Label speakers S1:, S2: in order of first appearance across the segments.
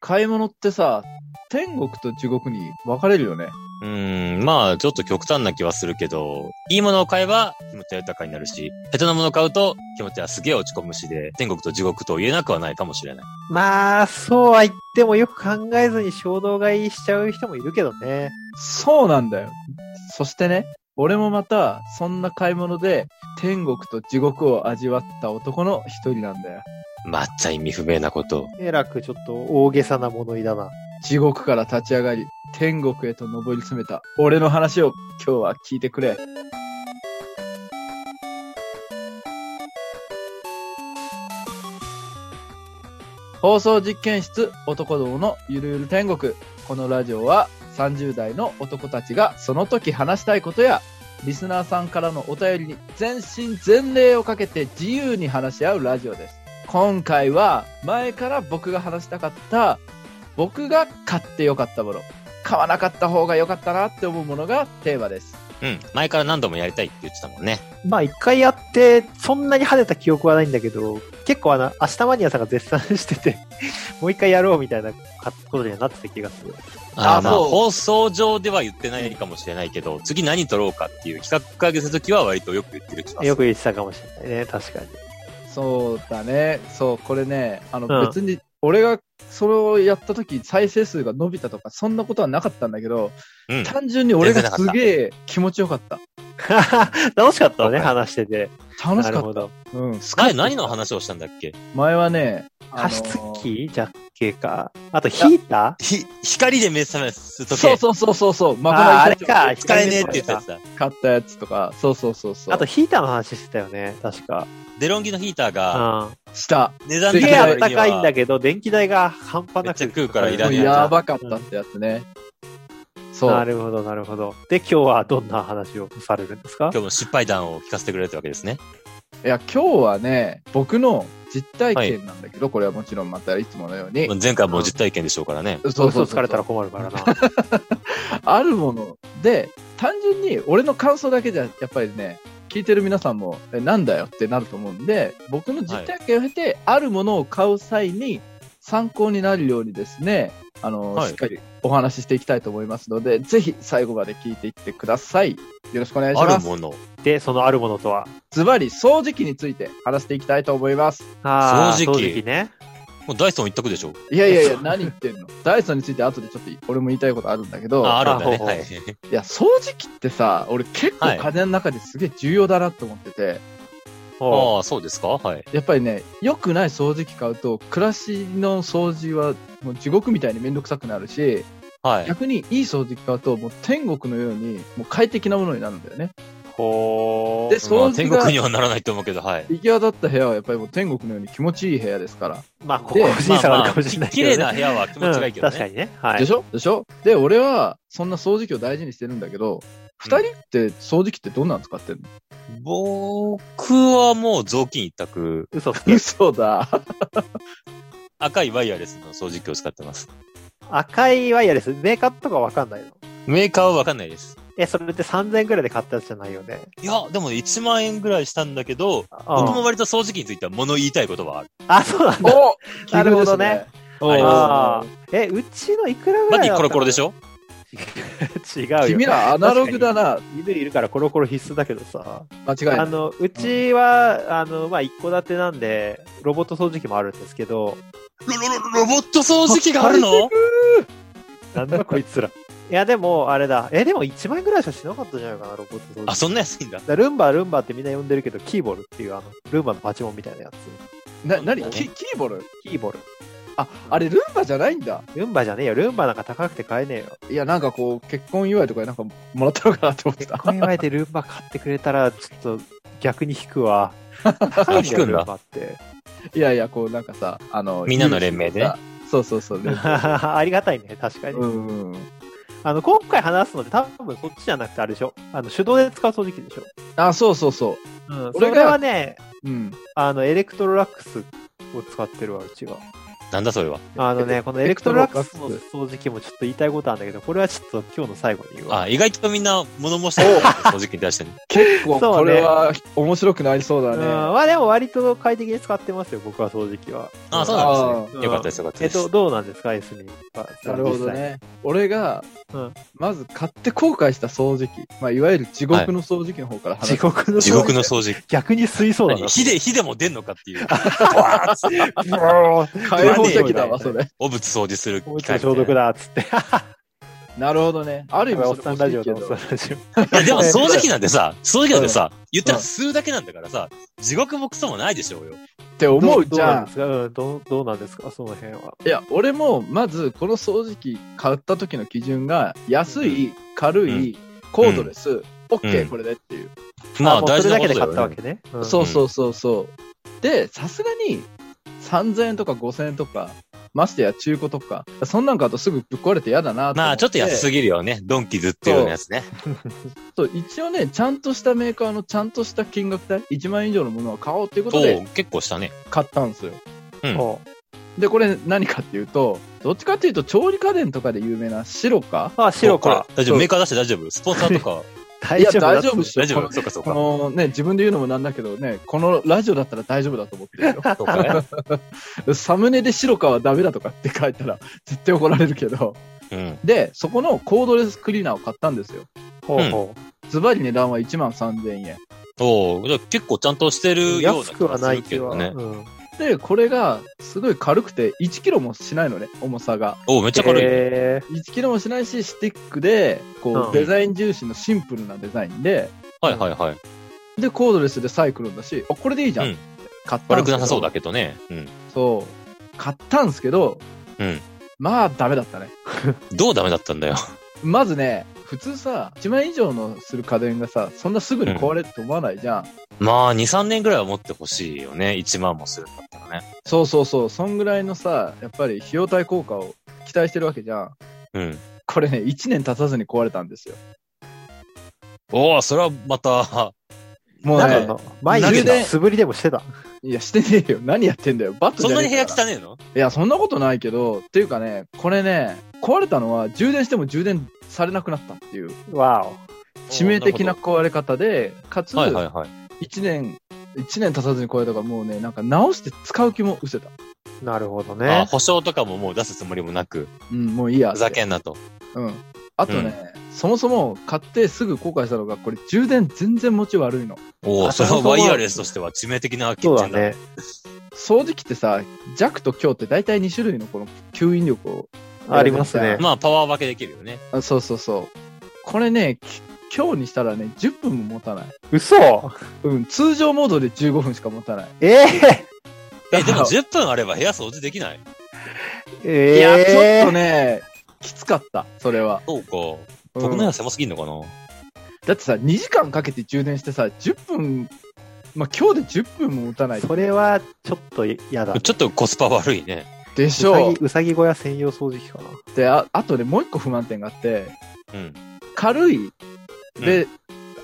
S1: 買い物ってさ、天国と地獄に分かれるよね。
S2: うーん、まあ、ちょっと極端な気はするけど、いいものを買えば気持ちは豊かになるし、下手なものを買うと気持ちはすげえ落ち込むしで、天国と地獄と言えなくはないかもしれない。
S3: まあ、そうは言ってもよく考えずに衝動買いしちゃう人もいるけどね。
S1: そうなんだよ。そしてね、俺もまた、そんな買い物で、天国と地獄を味わった男の一人なんだよ。
S2: まっちゃ意味不明なこと。
S3: えらくちょっと大げさな物言いだな。
S1: 地獄から立ち上がり、天国へと上り詰めた俺の話を今日は聞いてくれ。放送実験室男どものゆるゆる天国。このラジオは30代の男たちがその時話したいことや、リスナーさんからのお便りに全身全霊をかけて自由に話し合うラジオです。今回は前から僕が話したかった僕が買ってよかったもの買わなかった方が良かったなって思うものがテーマです
S2: うん、前から何度もやりたいって言ってたもんね。
S3: まあ一回やって、そんなに跳ねた記憶はないんだけど、結構あの、明日マニアさんが絶賛してて、 もう一回やろうみたいなことにはなってた気がする。
S2: あ
S1: あ
S2: あまあ、
S1: そう
S2: 放送上では言ってないかもしれないけど、次何撮ろうかっていう企画会議するときは割とよく言ってる気がする。
S3: よく言ってたかもしれないね、確かに。
S1: そうだねそうこれねあの
S3: うん
S1: 別に俺がそれをやった時再生数が伸びたとかそんなことはなかったんだけど
S2: うん。
S1: 単純に俺
S2: 全然な
S1: が
S2: か
S1: す
S2: った
S1: げえ気持ちよかった
S3: 楽しかったわね、
S2: はい
S3: 話してて。
S1: 楽
S3: な
S1: し
S3: る
S1: か
S3: ほ
S1: った
S3: ど。
S1: うん
S2: 前何の話をしたんだっけ
S1: 前はねあの
S3: 加
S1: ー
S3: 湿器ジャッケか。あとヒータ
S2: ひ、光で目覚ますと
S1: そう
S2: け。
S1: そうそうそうそうま
S3: あーあれか
S2: 使えねえって言ったやつだ。
S1: 買ったやつとかそうそうそうそ
S3: ー
S1: う
S3: あとヒーターの話してたよね、確か。
S2: デロンギのヒーターが、
S3: う
S1: した
S2: 値段
S3: ん。す
S2: 的
S3: げ
S2: に
S3: え
S2: は
S3: あったかいんだけど、電気代が半端
S2: めっ
S3: な
S2: ちゃ
S3: く
S2: 食うからいらねえ
S1: やばかったってやつねそう
S3: なるほど、なるほど。で、今日はどんな話をされるんですか
S2: 今日の失敗談を聞かせてくれるってわけですね。
S1: いや、今日はね、僕の実体験なんだけど、これはもちろんまたいつものように。
S2: まあ前回も実体験でしょうからね。
S1: そう
S3: 嘘つかれたら困るからな。
S1: あるもので、単純に俺の感想だけじゃ、やっぱりね、聞いてる皆さんも、えなんだよってなると思うんで、僕の実体験を経て、あるものを買う際に参考になるようにですね、あの、
S2: はい
S1: しっかりお話ししていきたいと思いますので、ぜひ最後まで聞いていってください。よろしくお願いし
S2: あ
S1: ま
S2: る
S1: す。
S2: もの。
S3: で、そのあるものとは。
S1: ズバリ掃除機について話していきたいと思います。
S3: あー
S2: 掃除機
S3: ね。
S2: もうダイソン一択でしょ。
S1: いやいやいや、何言ってんのダイソンについて後でちょっと俺も言いたいことあるんだけど、
S2: あ、あるんだね。
S3: あほうほ
S2: は
S3: う
S2: い。
S1: いや、掃除機ってさ、俺結
S2: は
S1: 構
S2: い
S1: 家電の中ですげえ重要だなと思ってて、
S3: おう
S2: ああ、そうですかはい。
S1: やっぱりね、良くない掃除機買うと、暮らしの掃除はもう地獄みたいにめんどくさくなるし、
S2: はい。
S1: 逆にいい掃除機買うと、もう天国のように、もう快適なものになるんだよね。
S3: ほう
S1: で
S2: ま
S1: 掃除が
S2: あ、天国にはならないと思うけど、はい。
S1: 行き渡った部屋はやっぱりもう天国のように気持ちいい部屋ですから。
S3: まあ、ここ個人差があるかもしれない
S2: 綺
S3: け
S2: 麗
S3: ど
S2: な
S3: ね。
S2: 部屋は気持ちがいいけど
S3: うん確か
S2: ね。
S3: にね。は
S1: で
S3: い
S1: し。ょでしょで、俺はそんな掃除機を大事にしてるんだけど、二人って掃除機ってどんなの使ってんの
S2: 僕はもう雑巾一択。
S3: 嘘つけ
S1: 嘘だ。
S2: 赤いワイヤレスの掃除機を使ってます。
S3: 赤いワイヤレス、メーカーとかわかんないの
S2: メーカーはわかんないです。
S3: え、それって3000円くらいで買ったやつじゃないよね。
S2: いや、でも1万円ぐらいしたんだけど、
S3: あ
S2: 僕も割と掃除機については物言いたいことはある。
S3: あ、そう なんだ。
S1: お
S3: なるほどね。
S2: あり
S3: あーえ、うちのいくらぐ
S2: バ
S3: ら
S2: デ
S3: い
S2: ィコロコロでし
S3: ょ
S2: ょ
S3: 違うよ。
S1: 君らアナログだな。
S3: 犬いるからコロコロ必須だけどさ。
S1: 間違いな
S3: あ
S1: い。
S3: の、うちは、あの、まあ、一戸建てなんで、ロボット掃除機もあるんですけど、
S2: ロロロロボット掃除機があるの
S3: なんだ こいつら。いや、でも、あれだ。え、でも1万円ぐらいしかしなかったんじゃないかな、ロボット掃除機。
S2: あ、そんな安いんだ。
S3: だルンバ、ルンバってみんな呼んでるけど、キーボルっていう、あの、ルンバのパチモンみたいなやつ。
S1: な、なにキキーボル
S3: キーボル。
S1: あ、あれルンバじゃないんだ。
S3: ルンバじゃねえよ。ルンバなんか高くて買えねえよ。
S1: いや、なんかこう、結婚祝いとかでなんかもらったのかなと思って
S3: 結
S1: た。
S3: 婚祝いでルンバ買ってくれたら、ちょっと逆に引くわ。高い
S2: 引くんだ
S3: よルンバって。
S1: いやいや、こうなんかさ、あの、
S2: みんなの連名でね
S1: そうそう そう。ね
S3: ありがたいね、確かに。
S1: うん。
S3: あの、今回話すので多分そっちじゃなくてあれでしょ。あの、手動で使う掃除機でしょ。
S1: あ、そうそうそ
S3: うん、そ
S1: 俺が
S3: れはね、
S1: う。うん。
S3: あの、エレクトロラックスを使ってるわ、うちは。
S2: なんだそれは。
S3: あのね、このエレクトロラックスの掃除機もちょっと言いたいことあるんだけど、これはちょっと今日の最後に言うわ。
S2: あ、意外とみんな物申してるんだ正直に対してね。
S1: 結構
S3: そうね
S1: これは面白くなりそうだ
S3: うん、
S1: ね。
S3: まあでも割と快適に使ってますよ、僕は掃除機は。
S2: あ、そうなんですね。よかったです、よかった
S3: え
S2: で
S3: っ
S2: す。
S3: と、どうなんですか、エスミンは。
S1: なるほどね。俺が、
S3: うん
S1: まず買って後悔した掃除機、まあ、いわゆる地獄の掃除機の方から
S3: 実際。
S1: 話
S3: 地
S1: す。
S3: 獄の
S2: 地獄の掃除機。
S3: 逆に吸いそうだな。
S2: 何火で、火でも出んのかっていう。わーっつって
S3: ブワ ー
S1: 解放的だわ、
S3: 地
S1: そ
S3: 獄
S1: れ。
S2: 汚物掃除する
S3: お
S2: 機
S3: うちの
S2: 械。
S3: 消毒
S2: い
S3: だ、っつって。
S1: なるほどね。ある意味そ
S3: おっ
S1: れ
S3: さんラジオ
S1: 欲しいけど
S3: だ、おっさんラジオ。
S2: や、でも掃除機なんてさ、掃除機なんてさ、言ったら
S1: うん
S2: 吸うだけなんだからさ、地獄もクソもないでしょうよ。
S1: って思うじゃん。
S3: どうどうなんですかうんどうどうなんですかその辺は。
S1: いや、俺も、まず、この掃除機買った時の基準が、安い、軽い、コードレス、オッケ
S2: うん
S1: ーこれでっていう。
S2: まあ、
S3: もう
S2: 大事
S3: それ
S2: な
S3: だ
S2: こ
S3: け
S2: と
S3: で
S2: だ
S3: 買った
S2: よ
S3: わ
S2: ね。
S3: けね。うん
S1: そうそうそうそう。で、さすがに、3000円とか5000円とか、ましてや中古とか、そんなん買うとすぐぶっ壊れて嫌だなと思って。
S2: まあ、ちょっと安すぎるよね。ドンキズっていうようなやつね。
S1: そう一応ね、ちゃんとしたメーカーのちゃんとした金額帯、1万円以上のものは買おうということ
S2: お
S1: で
S2: う結構したね。
S1: 買ったんですよ。
S2: うん
S3: ほう
S1: で、これ何かっていうと、どっちかっていうと調理家電とかで有名なシロカ
S3: あ、白
S2: これ
S3: か。
S2: 大丈
S1: そ
S2: 夫
S1: う
S2: メーカー出して大丈夫スポンサーとか。
S3: 大丈夫だ
S1: いや大丈夫っしょ
S2: 大丈
S1: こ
S2: 夫
S1: の
S2: そうかそう
S1: こ
S2: か。
S1: のね、自分で言うのもなんだけどね、このラジオだったら大丈夫だと思ってる
S2: そうかね。
S1: よ。サムネでシロカはダメだとかって書いたら絶対怒られるけど。
S2: うん。
S1: で、そこのコードレスクリーナーを買ったんですよ。
S3: ほうほ
S1: ズバリ値段は1万3000円。
S2: おうじゃあ結構ちゃんとして
S3: う。
S2: るような
S3: 安
S2: 気
S3: く
S2: が
S3: は
S2: す
S3: な
S2: る
S3: い
S2: け
S3: けど
S2: ど
S3: ね
S2: ね。。
S3: うん
S1: で、これがすごい軽くて1キロもしないのね、重さが。
S2: おうめっちゃ軽い。
S3: へー
S1: 1キロもしないし、スティックで、こ
S3: うん
S1: う、デザイン重視のシンプルなデザインで、
S2: はいはいはい。
S1: で、コードレスでサイクロンだし、あ、これでいいじゃん。
S2: うん
S1: 買ったん
S2: 悪
S1: すけ
S2: く
S1: ど
S2: なさそうだけどね。うん。
S1: そう。買ったんですけど、
S2: うん
S1: まあ、ダメだったね。
S2: どうダメだったんだよ。
S1: まずね、普通さ、1万円以上のする家電がさ、そんなすぐに壊れると思わないじゃん。
S2: まあ、2、3年ぐらいは持ってほしいよね。1万もするんだったらね。
S1: そうそうそう、そんぐらいのさ、やっぱり費用対効果を期待してるわけじゃん。
S2: うん。
S1: これね、1年経たずに壊れたんですよ。
S2: おおそれはま た、
S1: もう
S3: なん
S1: ね
S3: か、の、毎日
S1: 充電
S3: 素振りでもしてた。
S1: いや、してねえよ。何やってんだよ。バット
S2: そ
S1: じ
S2: ん
S1: ゃ
S2: な
S1: ね
S2: に
S1: え
S2: 部
S1: から
S2: 屋汚ねえ の
S1: いや、そんなことないけど、っていうかね、これね、壊れたのは充電しても充電されなくなったっていう
S3: わ
S1: 致命的な壊れ方で、かつ、
S2: はいはい
S1: 1
S2: はい。
S1: 年、一年経たずに壊れたからもうね、なんか直して使う気も失せた。
S3: お。なるほど
S2: あ
S3: ね。
S2: 保証とかももう出すつもりもなく、
S1: うん、もういいや。
S2: ふざけんなと。
S1: うん。あとね、そもそも買ってすぐ後悔したのが、これ充電全然持ち悪いの。
S2: おお
S3: あ
S2: それ
S3: そ
S2: は
S3: もそも
S2: ワイヤレスとしては致命的な欠
S3: そうだ
S2: 点だ。
S3: ね。
S1: 掃除機ってさ、弱と強って大体2種類のこの吸引力を。
S3: ありますね。
S2: まあ、パワー分けできるよね。
S1: あそうそうそう。これね、き強にしたらね、10分も持たない。
S3: 嘘
S1: うん、通常モードで15分しか持たない。
S3: ええ
S2: え、でも10分あれば部屋掃除できない
S3: え
S1: いや、ちょっと
S3: ね。
S1: ね、きつかった、それは。
S2: そうか。
S1: うん
S2: 僕の部屋狭すぎんのかな、
S1: だってさ、2時間かけて充電してさ、10分、まあ、今日で10分も持たない
S3: それはちょっと嫌だ。
S2: ちょっとコスパ悪いね。
S1: で
S3: う
S1: し
S3: さ
S1: ょ
S3: ぎうさぎ小屋専用掃除機かな。
S1: う。で、ああとね、もう一個不満点があって、
S2: うん。
S1: 軽い、で、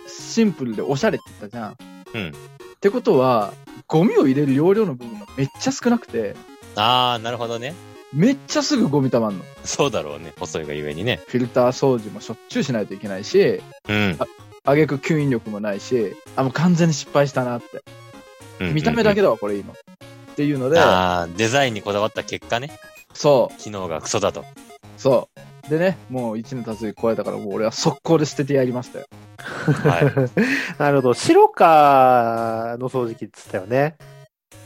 S1: シンプルでおしゃれって言ったじゃん。
S2: うん
S1: ってことは、ゴミを入れる容量の部分がめっちゃ少なくて、
S2: あー、なるほどね。
S1: めっちゃすぐゴミ溜まんの。
S2: そうだろうね。細いがゆえにね。
S1: フィルター掃除もしょっちゅうしないといけないし、
S2: うん。
S1: 挙句吸引力もないし、あ、もう完全に失敗したなって。
S2: うん
S1: 見た目だけ
S2: うん
S1: だわ、これいいの。っていうの
S2: うん
S1: で、
S2: あー、デザインにこだわった結果ね。
S1: そ
S2: 機能がクソだと。
S1: う、そう。でね、もう1年経つに壊れたから、もう俺は速攻で捨ててやりましたよ。
S2: はい。
S3: なる ほど。白かの掃除機っつったよね。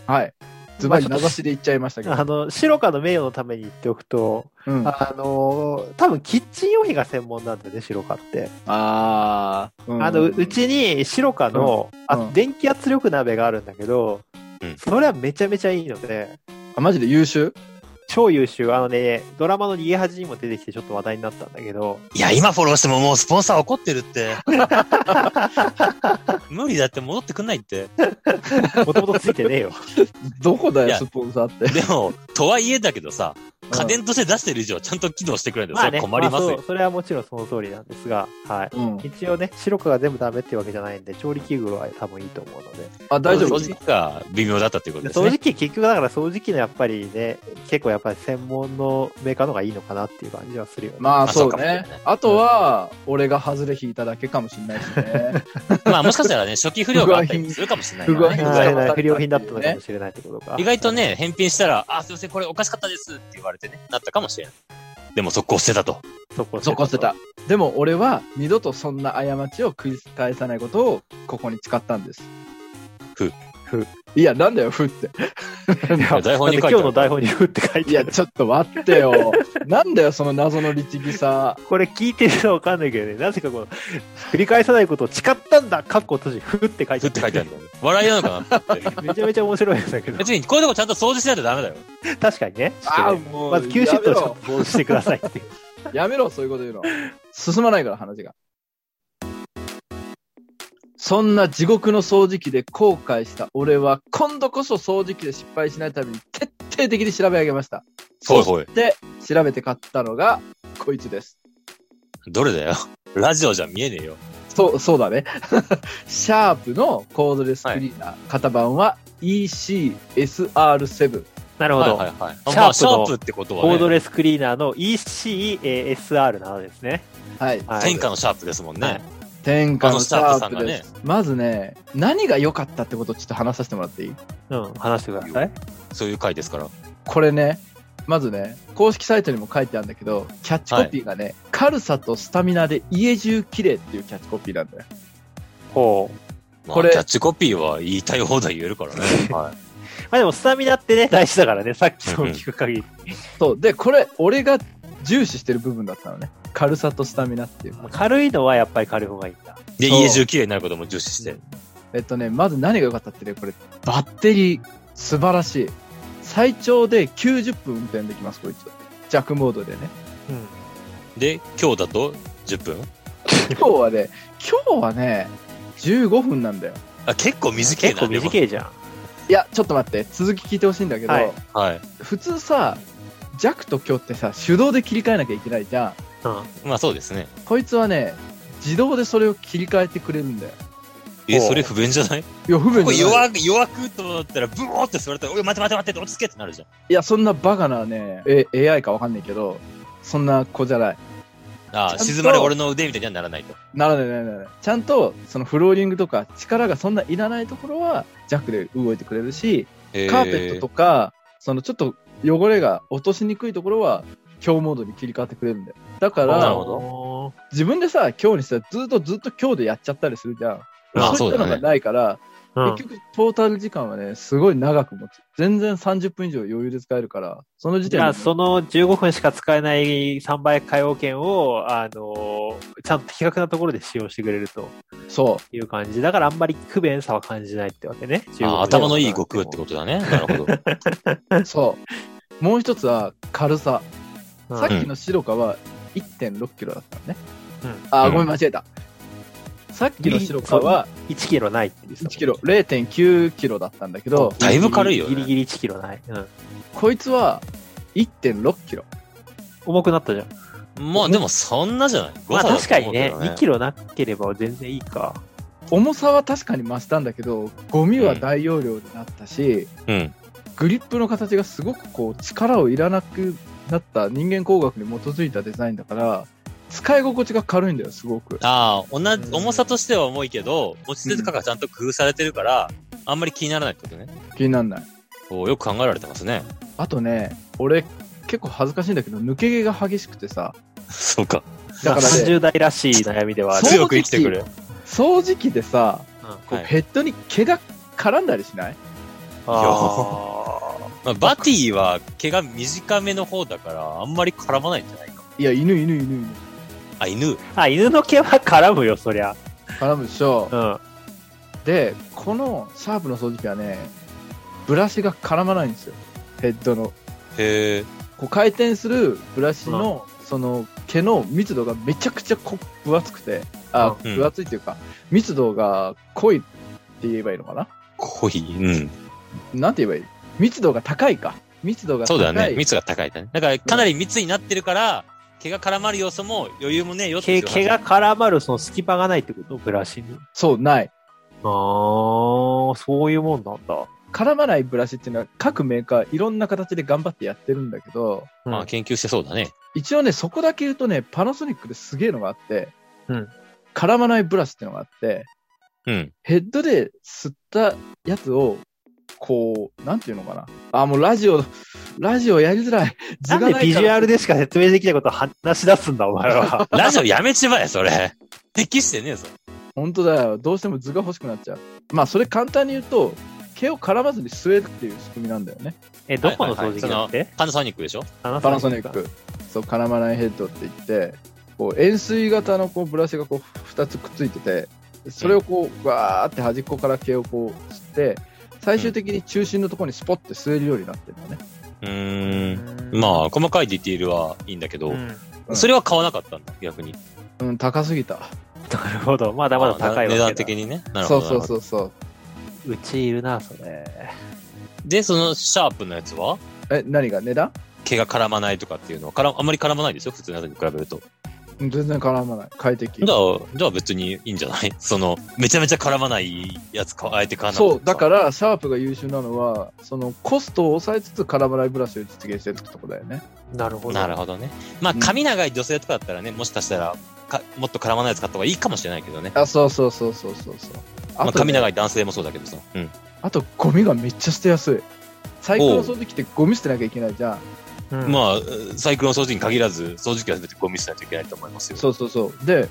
S1: はい。ズバリ
S3: まあ
S1: 名指
S3: ちょっ
S1: しで言っちゃいましたけ
S3: とあ
S1: ど。
S3: の、白かの名誉のために言っておくと、
S1: うん、あ
S3: あの、多分キッチン用品が専門なんだよね、白かって。
S1: あー、ん
S3: あの、ううちに白かの、あ
S1: うん
S3: 電気圧力鍋があるんだけど
S2: うん、
S3: それはめちゃめちゃいいので、
S1: あ、マジで優秀
S3: 超優秀。あのね、ドラマの逃げ恥にも出てきてちょっと話題になったんだけど、
S2: いや、今フォローしてももうスポンサー怒ってるって。無理だって戻ってくんないって。
S3: もともとついてねえよ。
S1: どこだ
S2: い
S1: よ、
S2: や
S1: スポンサーって。
S2: でも、とはいえだけどさ、家電として出してる以上、ちゃんと機能してくれないと、
S3: まあ
S2: それ
S3: ね、
S2: は困ります
S3: あそ
S2: よ
S3: う。それはもちろんその通りなんですが、はい。
S1: うん。
S3: 一応ね、白くが全部ダメってわけじゃないんで、調理器具は多分いいと思うので。
S1: あ、大丈夫
S2: 掃除機が微妙だったということです
S3: 掃除
S2: ね。
S3: 機、結局だから掃除機のやっぱりね、結構やっぱり専門のメーカーの方がいいのかなっていう感じはするよね。
S1: まあ
S2: あそ
S1: そうう
S2: か
S1: ね。あとは、俺が外れ引いただけかもしれないしね。
S2: まあもしかしたらね、初期不良があったりするかもしれないから
S1: 不具合
S2: ね
S1: 品
S3: あ
S1: はい不具合
S3: ー
S1: 品
S3: 不良品だったのかもしれないってことか。
S2: 意外と。ね、返品したら、あ、すいません、これおかしかったですって言われてね、なったかもしれない。でも速攻捨てたと。
S3: そこ
S1: そこ捨てた。。でも俺は二度とそんな過ちを繰り返さないことをここに誓ったんです。
S2: ふ
S3: ふ
S1: いや、なんだよ、ふって。
S3: いや
S2: 台本に書いてある
S3: だって今日の台本にふって書い
S1: い
S3: てあ
S1: や、
S3: る。
S1: ちょっと待って よ。なんだよ、その謎の律儀さ。
S3: これ聞いてるのわかんないけどね、なぜかこの、繰り返さないことを誓ったんだ、カッコ閉じ、ふって書い
S2: ふ
S3: てある。
S2: って書いてあるんだよね。笑いなのかなって。
S3: めちゃめちゃ面白いんだけ ど。
S2: 別にこういうとこちゃんと掃除しないとダメだよ。
S3: 確かにね。
S1: あ
S3: ちょっとね
S1: ーもう
S3: まず Q シートをちょっ
S1: や
S3: と防止してくださいっていう。
S1: めろやめろ、そういうこと言うの。進まないから、話が。そんな地獄の掃除機で後悔した俺は、今度こそ掃除機で失敗しないために徹底的に調べ上げました。
S2: ほいほい。
S1: で、調べて買ったのが、こいつです。
S2: どれだよ。ラジオじゃ見えねえよ。
S1: そう、そうだね。 シャープのコードレスクリーナー、型番は ECSR7。
S3: なるほ
S2: はい
S3: ど。
S2: はいはい。
S3: シャープの
S2: まあ、シャープってこと
S3: コー
S2: は
S3: ド
S2: ね、
S3: レスクリーナーの ECSR なのですね。
S1: はい。
S3: はい
S2: 天下のシャープですもん
S3: は
S2: ね
S3: い。
S1: 天下のシャープ
S2: あのシャープさんが
S1: で
S2: ね
S1: す。まずね、何が良かったってことをちょっと話させてもらっていい
S3: うん、話してください。
S2: そういう回ですから。
S1: これね、まずね、公式サイトにも書いてあるんだけど、キャッチコピーがね、軽さとスタミナで家中綺麗っていうキャッチコピーなんだよ。
S3: ほう。
S2: まあ、
S1: これ
S2: キャッチコピーは言いたい放題言える からね。はい。
S3: まあでもスタミナってね、大事だからね、さっきの聞く限り。
S1: そう。で、これ、俺が重視してる部分だったのね。軽さとスタミナっていう。
S3: 軽いのはやっぱり軽い方がいいんだ。
S2: で、
S1: そう
S2: 家中綺麗になることも重視して。
S1: えっとね、まず何が良かったってね、これ、バッテリー、素晴らしい。最長で90分運転できます、こいつ。弱モードでね。
S3: うん。
S2: で、今日だと10分
S1: 今日はね、今日はね、15分なんだよ。
S2: あ、結構短い
S3: 結
S2: な。
S3: 構
S2: でも
S3: 短いじゃん。
S1: いや、ちょっと待って、続き聞いてほしいんだけど、
S3: はい
S2: はい。
S1: 普通さ、弱と強ってさ、手動で切り替えなきゃいけないじゃ
S3: うん。
S2: まあそうですね。
S1: ん。こいつはね、自動でそれを切り替えてくれるんだよ。
S2: え、
S3: ほう
S2: それ不便じゃない
S1: いや、不便
S2: これ
S1: じゃない。
S2: 弱く、弱くとなったら、ブオーって座れたら、おい、待て待て待てって落ち着けってなるじゃん。
S1: いや、そんなバカなね、え AI かわかんないけど、そんな子じゃない。
S2: ああ、
S1: ちゃんと
S2: 沈まれ俺の腕みたいにはならないと。
S1: ならないならないならないちゃんとそのフローリングとか力がそんないらないところはジャックで動いてくれるし、
S2: へ
S1: カーペットとかそのちょっと汚れが落としにくいところは強モードに切り替わってくれるんだよだか
S2: あなる
S1: ら
S2: ほど
S3: ど。
S1: 自分でさ強にしたらずっとずっと強でやっちゃったりするじゃん
S2: まあ
S1: そういったの
S2: そうだ
S1: が
S2: ね
S1: ないから、
S3: うん
S1: 結局トータル時間はねすごい長く持つ全然30分以上余裕で使えるからその時
S3: じ
S1: 点で
S3: ゃ
S1: ね、
S3: あ、その15分しか使えない3倍使用券を、あのーちゃんと比較なところで使用してくれると
S1: そう
S3: いう感じ。だからあんまり不便さは感じないってわけね。15分
S2: ああ頭のいい悟空ってことだね。なるほど。
S1: そう。もう一つは軽さ。
S3: うん
S1: さっきの白カは1.6キロだったのね。
S3: うん
S1: あ
S2: う
S1: ー、
S2: ん
S1: ごめん、間違えた。さっきの白カは
S3: 1キロないって言って
S1: 1
S3: たもん
S1: キロ、0.9キロだったんだけど、
S2: だいぶ軽いよね
S3: ギリギリ1キロない。うん。
S1: こいつは1.6キロ。
S3: 重くなったじゃん。
S2: まあでもそんなじゃない。
S3: まあ確かにね、2
S2: 2
S3: キロなければ全然いいか。
S1: 重さは確かに増したんだけど、ゴミは大容量になったし、
S2: うん。
S1: グリップの形がすごくこう、力をいらなくなった人間工学に基づいたデザインだから、使い心地が軽いんだよ、すごく。
S2: ああ、同じ、
S3: うん
S2: 重さとしては重いけど、持ち手とかがちゃんと工夫されてるから、あんまり気にならないってことね。
S1: 気にならない。
S2: およく考えられてますね。
S1: あとね、俺、結構恥ずかしいんだけど、抜け毛が激しくてさ、
S2: そうか。
S1: だからね、
S3: 30代らしい悩みではある。
S1: そう
S2: 強く生きてくれ。
S1: 掃除機でさ、こう
S2: はい
S1: ヘッドに毛が絡んだりしない
S3: あ
S2: まあ、バティは毛が短めの方だから、あんまり絡まないんじゃないか。
S1: いや、犬、犬、犬、犬。
S2: あ、犬。
S3: ーあ、犬の毛は絡むよ、そりゃ。
S1: 絡むでしょ
S3: う。ん。
S1: で、このシャープの掃除機はね、ブラシが絡まないんですよ。ヘッドの。
S2: へえ。
S1: こう回転するブラシの、その毛の密度がめちゃくちゃこ分厚くて、あ、
S2: うん
S1: 分厚いっていうか、密度が濃いって言えばいいのかな
S2: 濃い。うん。
S1: なんて言えばいい密度が高いか。密度が高
S2: そ
S1: い。
S2: うだよね。密が高いだね。だから、かなり密になってるから、毛が絡まる要素も余裕もねえよっていう
S3: 毛
S2: 話
S3: 毛が絡まるその隙間がないってことブラシに。
S1: そう、ない。
S3: あー、そういうもんなんだ。
S1: 絡まないブラシっていうのは各メーカーいろんな形で頑張ってやってるんだけど、
S2: まあ、研究してそうだね。
S1: 一応ね、そこだけ言うとね、パナソニックですげえのがあって、
S3: うん
S1: 絡まないブラシっていうのがあって、
S2: うん。
S1: ヘッドで吸ったやつを、こう、なんていうのかな。あ、もうラジオ、ラジオやりづらい。図
S3: な
S1: が
S3: ん
S1: ないから
S3: でビジュアルでしか説明できないことを話し出すんだ、お 前は。
S2: ラジオやめちまえ、それ。適してねえぞ。
S1: 本当だよ。どうしても図が欲しくなっちゃう。まあ、それ簡単に言うと、毛を絡まずに吸えるっていう仕組みなんだよね。
S3: え、どこの掃除機
S2: はい
S3: だ
S2: は
S3: っ
S2: い
S3: て
S2: パナソニックでしょ
S3: パ
S1: パナソニッ。ク。そう、絡まないヘッドって言って、こう、円錐型のこうブラシがこう、2つくっついてて、それをこう、わーって端っこから毛をこう、吸って、最終的に中心のところにスポッて吸えるようになってるのね。
S2: うーん。まあ、細かいディティールはいいんだけど、
S3: うん
S1: うん
S2: それは買わなかったんだ、逆に。
S1: うん、高すぎた。
S3: なるほど。まだまだ高いわけだ。
S2: 値段的にね。なる
S1: そ
S2: ほ
S1: う
S2: ど。
S1: そう
S2: う。
S1: そうそう。
S3: うちいるな、それ。
S2: で、そのシャープのやつは
S1: え、何が値段
S2: 毛が絡まないとかっていうのは、からあんまり絡まないでしょ普通のやつに比べると。
S1: うん全然絡まない。快適
S2: じゃ。あ、じゃあ別にいいんじゃない その、めちゃめちゃ絡まないやつか、あえて買わな。
S1: そう、だからら、シャープが優秀なのは、そのコストを抑えつつ絡まないブラシを実現してるってとこだよね。
S3: なるほど。
S2: なるほどね。まあ、
S1: うん
S2: 髪長い女性とかだったらね、もしかしたら、かもっと絡まないやつ買った方がいいかもしれないけどね。
S1: あ、そうそうそうそうそうそう。あ
S2: まあ、
S1: と
S2: 髪
S1: ね、
S2: 長い男性もそうだけどさ。うん。
S1: あとゴミがめっちゃ捨てやすい。最高の掃除機ってゴミ捨てなきゃいけないじゃん。
S3: うん
S2: まあ、サイクロン掃除機に限らず、掃除機は全てゴミ捨てないといけないと思いますよ。
S1: そうそうそう。で、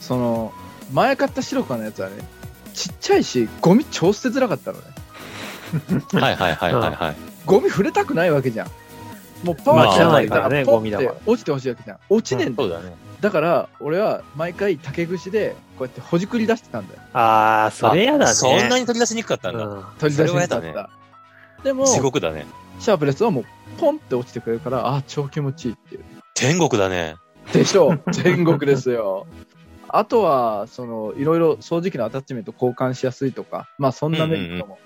S1: その、前買ったシロカのやつはね、ちっちゃいし、ゴミ超捨てづらかったのね。
S2: はいはいはいはいはい。
S1: ゴミ触れたくないわけじゃん。もうパワー
S2: まあ
S1: いから
S3: 汚いからね
S1: ポンって
S3: ゴミだから
S1: 落ちてほしいわけじゃん。落ちねえんだよ
S2: そうだね。
S1: だから俺は毎回竹串でこうやってほじくり出してたんだよ
S3: あー、それやだね。
S2: あそんなに取り出しにくかったんだ。
S3: うん
S1: 取り出しにくかっ
S2: それは
S1: た、でもシ
S2: 地
S1: ャ
S2: 獄だね。
S1: ープレスはもうポンって落ちてくれるからあー超気持ちいいっていう
S2: 天国だね。
S1: でし ょう天国ですよあとはそのいろいろ掃除機のアタッチメント交換しやすいとかまあそんなメリットも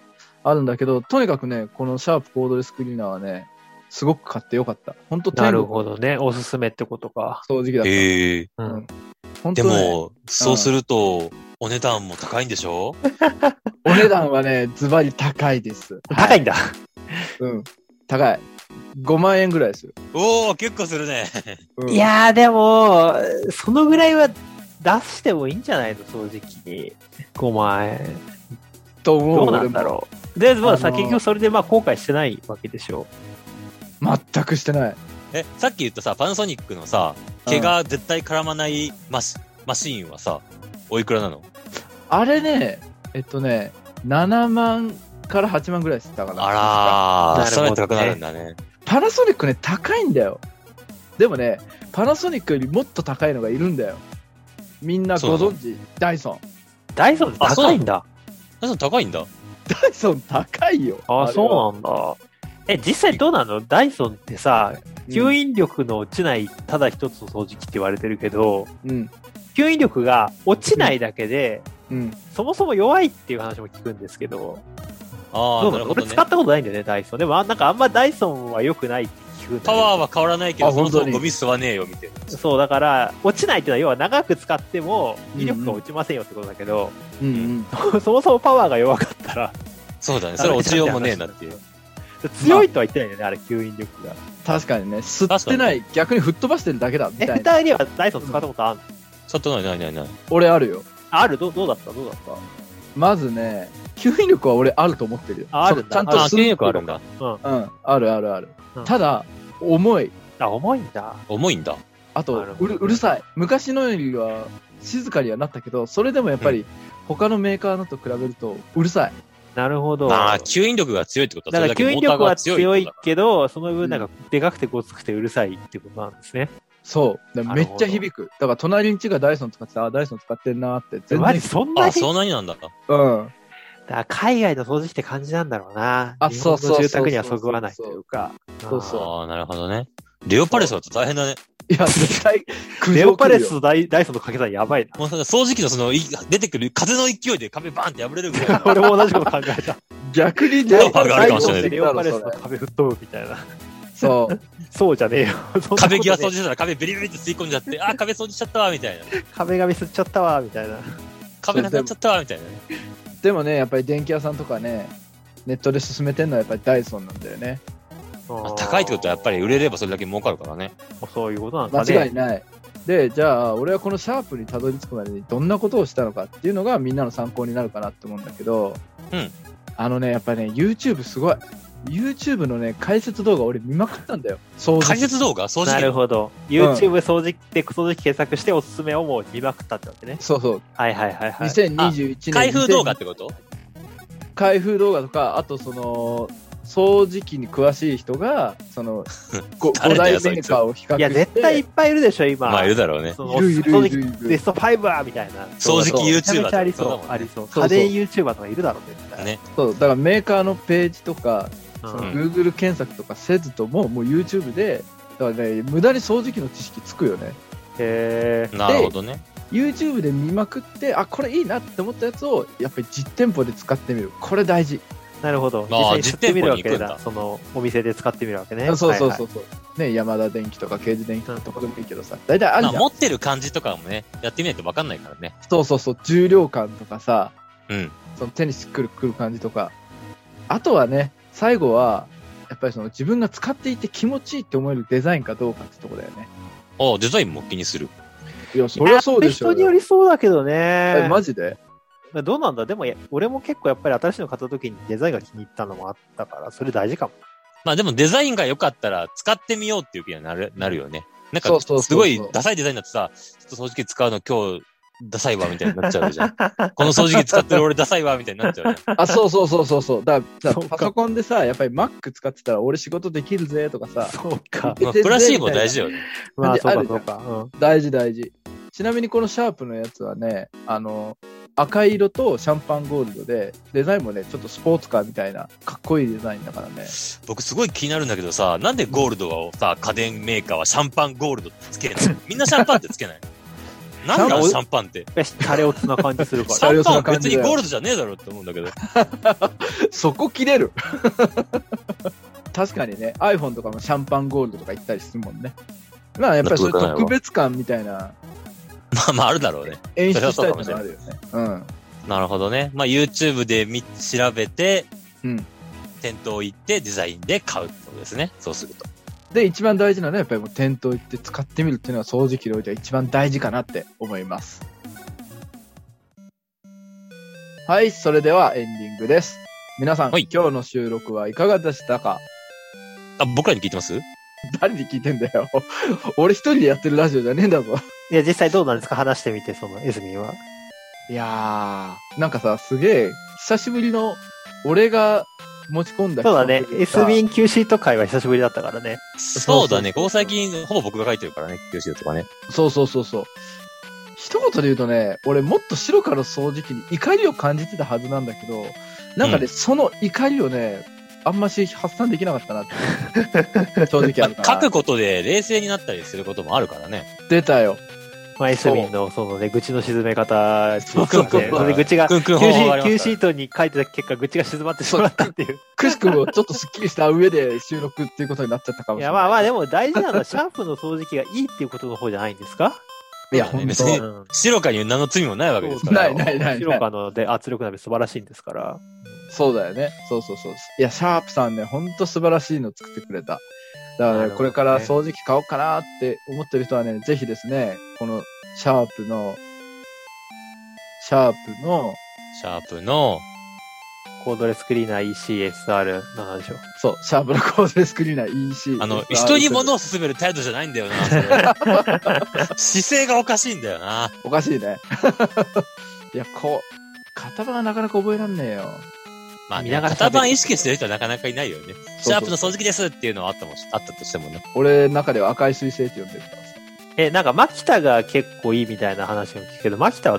S1: あるんだけど、とにかくねこのシャープコードレスクリーナーはねすごく買ってよかった本当
S3: な
S1: 天
S3: る
S1: 国
S3: ほどね。おすすめってことか。
S1: 掃除機だった、
S2: へえ。
S3: うん
S1: うん本
S2: で
S1: 当ね
S2: も、そうすると、お値段も高いんで しょ
S1: お値段はねズバリ高いです
S3: 高いんだ。
S1: うん高い5万円ぐらいする、
S2: おお結構するね。
S1: うん
S3: いやー、でも、そのぐらいは出してもいいんじゃないの掃除機に。5万円。
S1: と思う
S3: どうなんだろう。で、まあ、さ
S1: あのー
S3: 結局それでまあ後悔してないわけでしょ
S1: 俺も全くしてない
S2: え、さっき言ったさ、パナソニックのさ、毛が絶対絡まないマシマシーンはさ、おいくらなの
S1: あれねえっとね7万から8万ぐらいしてたかな
S2: あらー、
S3: なるほ
S2: さら
S3: どね
S2: に高くなるんだね。
S1: パナソニックね高いんだよでもねパナソニックよりもっと高いのがいるんだよみんなご存知ダイソン
S3: ダイソンって高いんだ。
S2: あ、そう高いんだ。
S1: ダイソン高いよ
S3: ああ、
S1: れは
S3: そうなんだ。え、実際どうなのダイソンってさ、吸引力の落ちない、ただ一つの掃除機って言われてるけど、
S1: うん
S3: 吸引力が落ちないだけで、
S1: うん
S3: そもそも弱いっていう話も聞くんですけど、
S2: ああ、
S3: どう
S2: な
S3: な
S2: るほ
S3: の
S2: ど
S3: 俺
S2: ね
S3: 使。ったことないんだよね、ダイソン。でも、あなんかあんまダイソンは良くないって聞くんだ
S2: パ
S3: よね
S2: ワーは変わらないけ
S1: あ
S2: ど、そもそ
S1: 本当
S2: も
S1: に
S2: ゴミ吸わねえよ、みたいな。
S3: そう、だから、落ちないっていうのは、要は長く使っても
S1: うんうん
S3: 威力が落ちませんよってことだけど、
S1: うんうん、
S3: そもそもパワーが弱かったら、
S2: そうだね。それ落ちようもねえなっていう。。
S3: 強いとは言ってないよね、あれ、吸引力が。
S1: 確かにね吸ってない逆に吹っ飛ばしてるだけだみ
S3: え、
S1: た
S3: 二
S1: いな
S3: 人はダイソン使ったことある
S2: ちょっとないないないない。
S1: 俺あるよ
S3: あるどうどうだったどうだっ
S1: まずね吸引力は俺あると思ってるよ
S3: ああるんだ
S1: ちゃん
S2: あ
S1: と
S2: あ、
S1: 吸
S2: 吸引力あるんだ。
S1: うん、あるあるある。
S3: うん
S1: ただ、重い。
S3: たあ、重いんだ。
S2: 重いんだ。
S1: あと
S3: なる、ほ
S1: う
S3: ど
S1: るうるさい。昔のよりは静かにはなったけど、それでもやっぱり、他のメーカーのと比べると、うるさい。
S3: なるほど。
S2: まあ、吸引力が強いってこと
S3: だ
S2: は、
S3: か
S2: そ
S3: ら
S2: れだけモー
S3: 吸引
S2: ター
S3: 力は
S2: が強いって
S3: 強
S2: ことだ
S3: いけど、その
S1: う
S3: 分
S1: ん
S3: なんかでかくてごつくてうるさいってことなんですね。
S1: そう。だから
S3: な
S1: め
S3: る
S1: っ
S3: ほど
S1: ちゃ響く。だから、隣に家がダイソン使ってた、あ、ダイソン使ってんなーって。全
S3: マジ
S1: 然。
S3: そんな
S2: あ、
S3: に
S2: そんなになんだ。
S1: うん。
S3: だから海外の掃除機って感じなんだろうな。
S1: あ
S3: 日本の
S1: そうそうそう
S3: 住宅にはそぐわないというか。
S1: そうそう
S2: ああ、なるほどね。レオパレスだと大変だね。
S1: いや、絶対、苦情来る
S3: レ
S1: よ
S3: オパレス。とダイダイソンの掛け算やばいな。
S2: もうその掃除機のその、い出てくる風の勢いで壁バーンって破れるぐらいの。
S3: 俺も同じこと考 えた。
S1: 逆に
S2: レオパがあるかもしれない
S3: レオパレスの壁吹っ飛ぶみたいな。
S1: そう。
S3: そうじゃねえよ。そんなことね
S2: 壁際掃除してたら壁ビリビリって吸い込んじゃって、あ、壁掃除しちゃったわ、みたいな。
S3: 壁がミスっちゃったわ、みたいな。
S2: 壁なくなっちゃったわ、みたいなね。
S1: でもね、やっぱり電気屋さんとかね、ネットで勧めてるのはやっぱりダイソンなんだよね。
S2: まあ高いってことはやっぱり売れればそれだけ儲かるからね。
S3: り。そういうことなんだね。
S1: 間違いない。で、じゃあ、俺はこのシャープにたどり着くまでにどんなことをしたのかっていうのがみんなの参考になるかなって思うんだけど、
S2: うん
S1: あのね、やっぱね、YouTube すごい。YouTube のね、解説動画俺見まくったんだよ。そう
S2: 解説動画掃除
S3: な
S2: 機
S3: る
S2: の
S3: ほど。YouTube 掃除機で掃除機検索しておすすめをもう見まくったってわけね。
S1: そうそう。
S3: はいはいはいはい。
S1: 2021年。
S2: 開封動画ってこと
S1: 開封動画とか、あとその、掃除機に詳しい人が、そ の、ご
S2: 誰
S1: 5
S2: だ
S1: 大メ
S2: よ
S1: ーカーを比較して。
S3: いや、絶対いっぱいいるでしょ、今。
S2: まあいるだろうね。
S3: その
S1: いるいる
S3: 掃除
S1: いる
S3: 機
S1: い
S3: ベ
S1: る。
S3: スト5はみたいな。
S2: 掃除機
S1: そう
S2: YouTuber
S3: め
S2: とか
S3: ちゃめ
S2: い
S3: ちゃありそう。ありそ
S1: そ
S3: う。
S1: うそう
S3: 家電 YouTuber とかいるだろうね、絶対。
S2: ね
S1: そう、だからメーカーのページとか、そ
S3: う
S1: の
S3: ん
S1: Google 検索とかせずとも、もう YouTube で、だからね、無駄に掃除機の知識つくよね。
S3: へ
S2: なるほどね。
S1: YouTube で見まくって、あ、これいいなって思ったやつを、やっぱり実店舗で使ってみる。これ大事。
S3: ーなるほど。
S2: あー
S3: 実際に使ってみるわ
S2: 実
S3: け
S2: 店舗に行くん
S3: だ。
S2: だ
S3: その、お店で使ってみるわけね。
S1: あそうそう
S3: はい
S1: そ
S3: は
S1: うそう。ね、山田電機とか刑事電機とかどこでもいいけどさ、大体ある
S2: まあ
S1: じゃん
S2: 持。ってる感じとかもね、やってみないと分かんないからね。
S1: そうそうそう、重量感とかさ、
S2: うん。
S1: そのテニスくるくる感じとか。あとはね、最後は、やっぱりその自分が使っていて気持ちいいって思えるデザインかどうかってとこだよね。
S2: おデザインも気にする。
S1: いや、そりゃそうでしょ
S3: 人
S1: う
S3: によ
S1: よ。
S3: りそうだけど
S1: え
S3: ね。
S1: マジで
S3: どうなんだでも、いや俺も結構やっぱり新しいの買った時にデザインが気に入ったのもあったから、それ大事かも。
S2: まあでもデザインが良かったら使ってみようっていう気になるなるよね。なん
S1: そ
S2: か
S1: うそうそうそう
S2: すごいダサいデザインだとさ、ちょっと掃除機使うの今日ダサいわみたいになっちゃうじゃん。この掃除機使ってる俺ダサいわみたいになっちゃうじ ゃん。
S1: あ、そうそうそうそうそう。だから
S3: そう
S1: さ、
S3: か
S1: パソコンでさ、やっぱり Mac 使ってたら俺仕事できるぜとかさ、
S3: そうか。
S2: まあプラシーボ大事よね。
S3: まあ、そう
S1: あ
S3: か
S1: るじ
S3: そ
S1: ゃん
S3: うか。うん
S1: 大事大事。ちなみにこのシャープのやつはね、あの、赤色とシャンパンゴールドで、デザインもね、ちょっとスポーツカーみたいな、かっこいいデザインだからね。
S2: 僕すごい気になるんだけどさ、なんでゴールドをさ、家電メーカーはシャンパンゴールドってつけないみんなシャンパンってつけない なん
S1: シャン
S2: だ
S1: パン
S2: シャンパンって。
S3: よし、タレオツな感じするか
S2: シ
S3: ら。
S1: タレオ
S2: ャ
S1: ツ
S2: ンパン
S1: な
S2: は
S1: 感
S2: 別
S1: じだよ
S2: にゴールドじゃねえだろって思うんだけ ど。
S1: そこ切れる 確かにね iPhone とかもシャンパンゴールドとか言ったりするもんねまあやっぱりそういう
S2: 納得いかないわ
S1: 特別感みたいな
S2: まあまああるだろうね。
S1: 演出したいってのはあるよねうん
S2: なるほどね。まあ YouTube で見、調べて、
S1: うん
S2: 店頭行ってデザインで買うってことですね。そうすると。
S1: で一番大事なのはやっぱりもう店頭行って使ってみるっていうのは掃除機においては一番大事かなって思いますはいそれではエンディングです皆さん、
S2: はい
S1: 今日の収録はいかがでしたか
S2: あ、僕らに聞いてます
S1: 誰に聞いてんだよ 俺一人でやってるラジオじゃねえんだぞ
S3: いや、実際どうなんですか話してみて、その、エスミンは。
S1: いやー、なんかさ、すげえ、久しぶりの、俺が持ち込んだ
S3: そうだね。
S1: 企
S3: エス
S1: 画とい
S3: ミ
S1: うか
S3: ン Q シート会は久しぶりだったからね。
S2: そうだね。ここ最近、ほぼ僕が書いてるからね。教えとかね。
S1: そうそうそうそう。一言で言うとね、俺もっと白から掃除機に怒りを感じてたはずなんだけど、なんかね、
S2: う
S1: その怒りをね、あんまし発散できなかったなって。正直ある
S2: まあ、書
S1: から
S2: く。ことで冷静になったりすることもあるからね。
S1: 出たよ。
S3: まあ、エスミンの、そのね、愚痴の沈め方、
S2: そうそうそう
S3: ねそれで愚痴が、
S2: くんくん
S3: Q シ
S2: 方法があ
S3: ー
S2: り
S3: Q
S2: ます
S3: シ
S2: か
S3: ートに書いてた結果、愚痴が沈まってしまったっていう。
S1: くしくもちょっとスッキリした上で収録っていうことになっちゃったかも
S3: い
S1: しれな
S3: や、
S1: い。
S3: まあまあ、でも大事なのは、シャープの掃除機がいいっていうことの方じゃないん ですか
S1: いや、
S2: そうだね
S1: 本
S2: 別
S1: 当
S2: に
S3: ん
S2: ら。白かに何の罪もないわけですから。
S1: ないないない
S3: 白川ので圧力鍋素晴らしいんですから。
S1: そうだよね。そうそうそう。いや、シャープさんね、ほんと素晴らしいの作ってくれた。だから、
S3: なるほど
S1: ね、
S3: ね
S1: これから掃除機買おうかなって思ってる人はね、ぜひですね、このシャープの、シャープの、
S2: シャープの、
S3: コードレスクリーナー ECSR、なんでしょう。
S1: そう、シャープのコードレスクリーナー EC。
S2: あの、人に物
S1: を。
S2: を勧める態度じゃないんだよな、 それ姿勢がおかしいんだよな。
S1: おかしいね。 いや、こう、型番がなかなか覚えらんねえよ。
S2: まあ、
S3: 見
S2: ね、
S3: ながら喋る
S2: 型番意識してる人はなかなかいないよ
S1: そ
S2: ね。
S1: う
S2: シャープの掃除機ですっていうのはあったもんあったとしてもね。
S1: 俺の中では赤い水星って呼んでるからさ。
S3: え、なんか、マキタが結構いいみたいな話も聞くけど、マキタは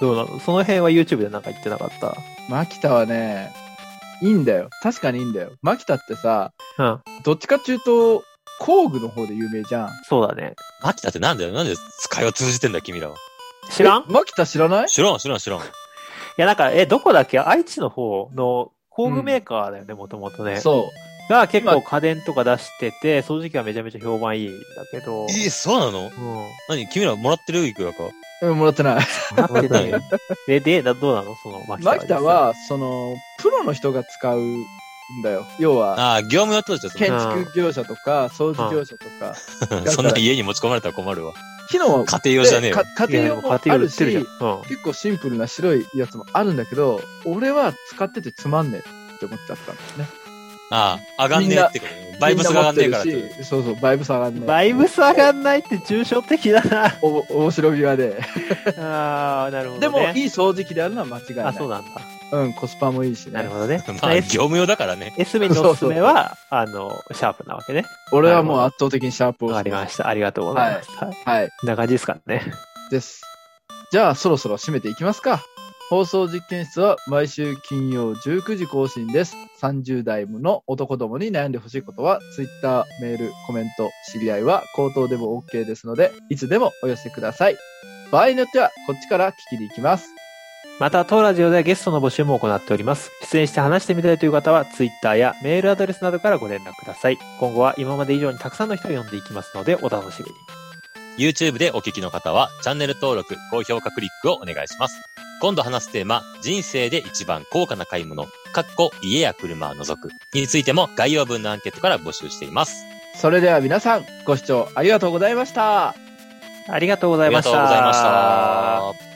S3: どうなのその辺は YouTube でなんか言ってなかっ
S1: マキタはね、いいんだよ。確かにいいんだよ。マキタってさ、
S3: た。うん。
S1: どっちかっていうと、工具の方で有名じゃん。
S3: そうだね。
S2: マキタってなんだよなんで使いを通じてんだ、君らは。
S3: 知らんい
S1: えマキタ知らない
S2: 知らん、知らん、知らん。
S3: や、なんか、え、どこだっけ愛知の方の工具メーカーだよね、もともとね。
S1: そ
S3: が結構家電とか出してて、掃除機はめちゃめちゃ評判いいんだけど。
S2: えー、そうなの
S3: うん。
S2: 何君らもらってるいくらか。
S1: う。うんもらってない。
S3: なって ない。で、で、などうなのその、マキタ
S1: マキタ、は、その、プロの人が使うんだよ。要は、
S2: ああ、業務やってたじ
S1: 建
S2: ゃ
S1: 築業者とか、掃除業者とか、
S2: ん。そんな家に持ち込まれたら困るわ。
S1: 機 能
S2: 家庭用じゃねえよ
S1: か。家庭
S3: いやで
S1: 用
S3: も
S1: もあ
S3: 家庭用
S1: る
S3: で売ってるじゃん。
S1: し、
S3: うん。
S1: 結構シンプルな白いやつもあるんだけど、俺は使っててつまんねえって思っちゃったんですね。
S2: ああ、上がんねえってことね。バイブスが上がんねえからって。
S1: みんな持ってるしそうそう、バイブス上がんねえ。
S3: バイブス上がんないって抽象的だな。
S1: お面白際で。
S3: ああ、なるほど、ね。
S1: でも、いい掃除機であるのは間違いない。
S3: あ、そうなんだ。
S1: うん、コスパもいいし
S3: なる
S1: ね。
S3: ほど ね
S2: まあ、業
S3: S,
S2: 務用だからね。
S3: S メンのおすすめは、あの、シャープなわけね。
S1: 俺はもう圧倒的にシャープを
S3: わかりました。ありがとうございます。はい。こ
S1: はい。
S3: んな感じですかね。
S1: です。じゃあ、そろそろ締めていきますか。放送実験室は毎週金曜19時更新です。30代の男どもに悩んでほしいことは、Twitter、メール、コメント、知り合いは口頭でも OK ですので、いつでもお寄せください。場合によっては、こっちから聞きに行きます。
S3: また、当ラジオではゲストの募集も行っております。出演して話してみたいという方は、Twitter やメールアドレスなどからご連絡ください。今後は今まで以上にたくさんの人を呼んでいきますので、お楽しみに。
S2: YouTube でお聞きの方は、チャンネル登録、高評価クリックをお願いします。今度話すテーマ、人生で一番高価な買い物、かっこ家や車を除く、についても概要文のアンケートから募集しています。
S1: それでは皆さん、ご視聴ありがとうございました。
S3: ありがとうござ
S2: あ
S3: い
S2: り
S3: ま
S2: が
S3: し
S2: と
S3: た。
S2: うございました。